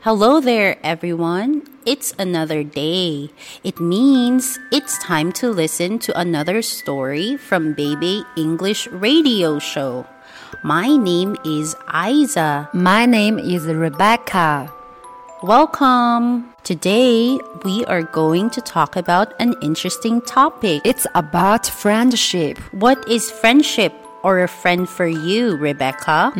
Hello there, everyone. It's another day. It means it's time to listen to another story from Baby English Radio Show. My name is Isa. My name is Rebecca. Welcome. Today, we are going to talk about an interesting topic. It's about friendship. What is friendship or a friend for you, Rebecca?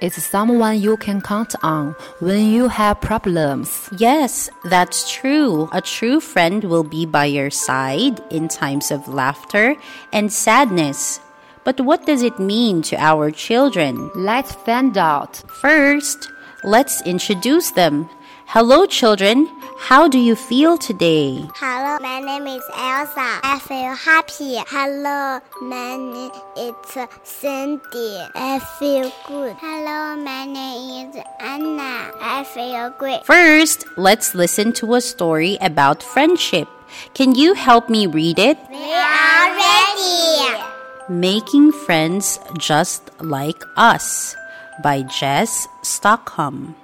It's someone you can count on when you have problems. Yes, that's true. A true friend will be by your side in times of laughter and sadness. But what does it mean to our children? Let's find out. First, let's introduce them. Hello, children. How do you feel today? Hello, my name is Elsa. I feel happy. Hello, my name is Cindy. I feel good. Hello, my name is Anna. I feel great. First, let's listen to a story about friendship. Can you help me read it? We are ready. Making Friends Just Like Us by Jess Stockholm.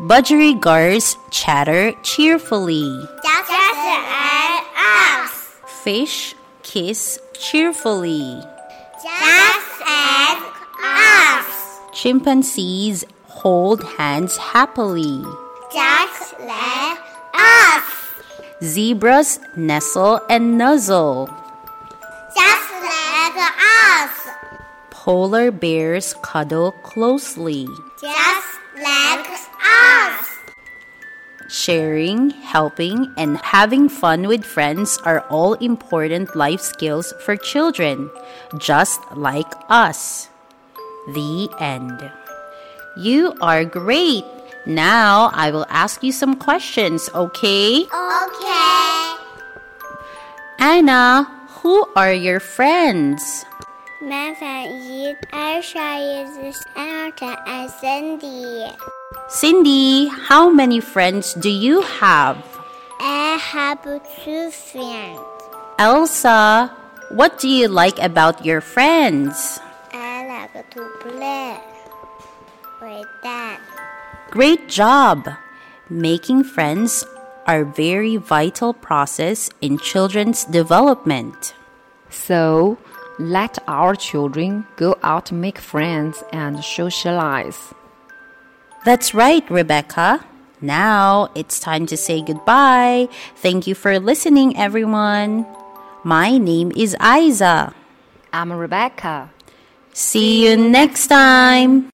Budgerigars chatter cheerfully. Just like us. Fish kiss cheerfully. Just like us. Chimpanzees hold hands happily. Just like us. Zebras nestle and nuzzle. Just like us. Polar bears cuddle closely. Just like us. Sharing, helping, and having fun with friends are all important life skills for children, just like us. The end. You are great. Now I will ask you some questions, okay? Okay. Anna, who are your friends? My friend is Aisha is Elton and Cindy. Cindy, how many friends do you have? I have two friends. Elsa, what do you like about your friends? I like to play with them. Great job! Making friends are very vital process in children's development. So, let our children go out, make friends, and socialize. That's right, Rebecca. Now it's time to say goodbye. Thank you for listening, everyone. My name is Isa. I'm Rebecca. See you next time.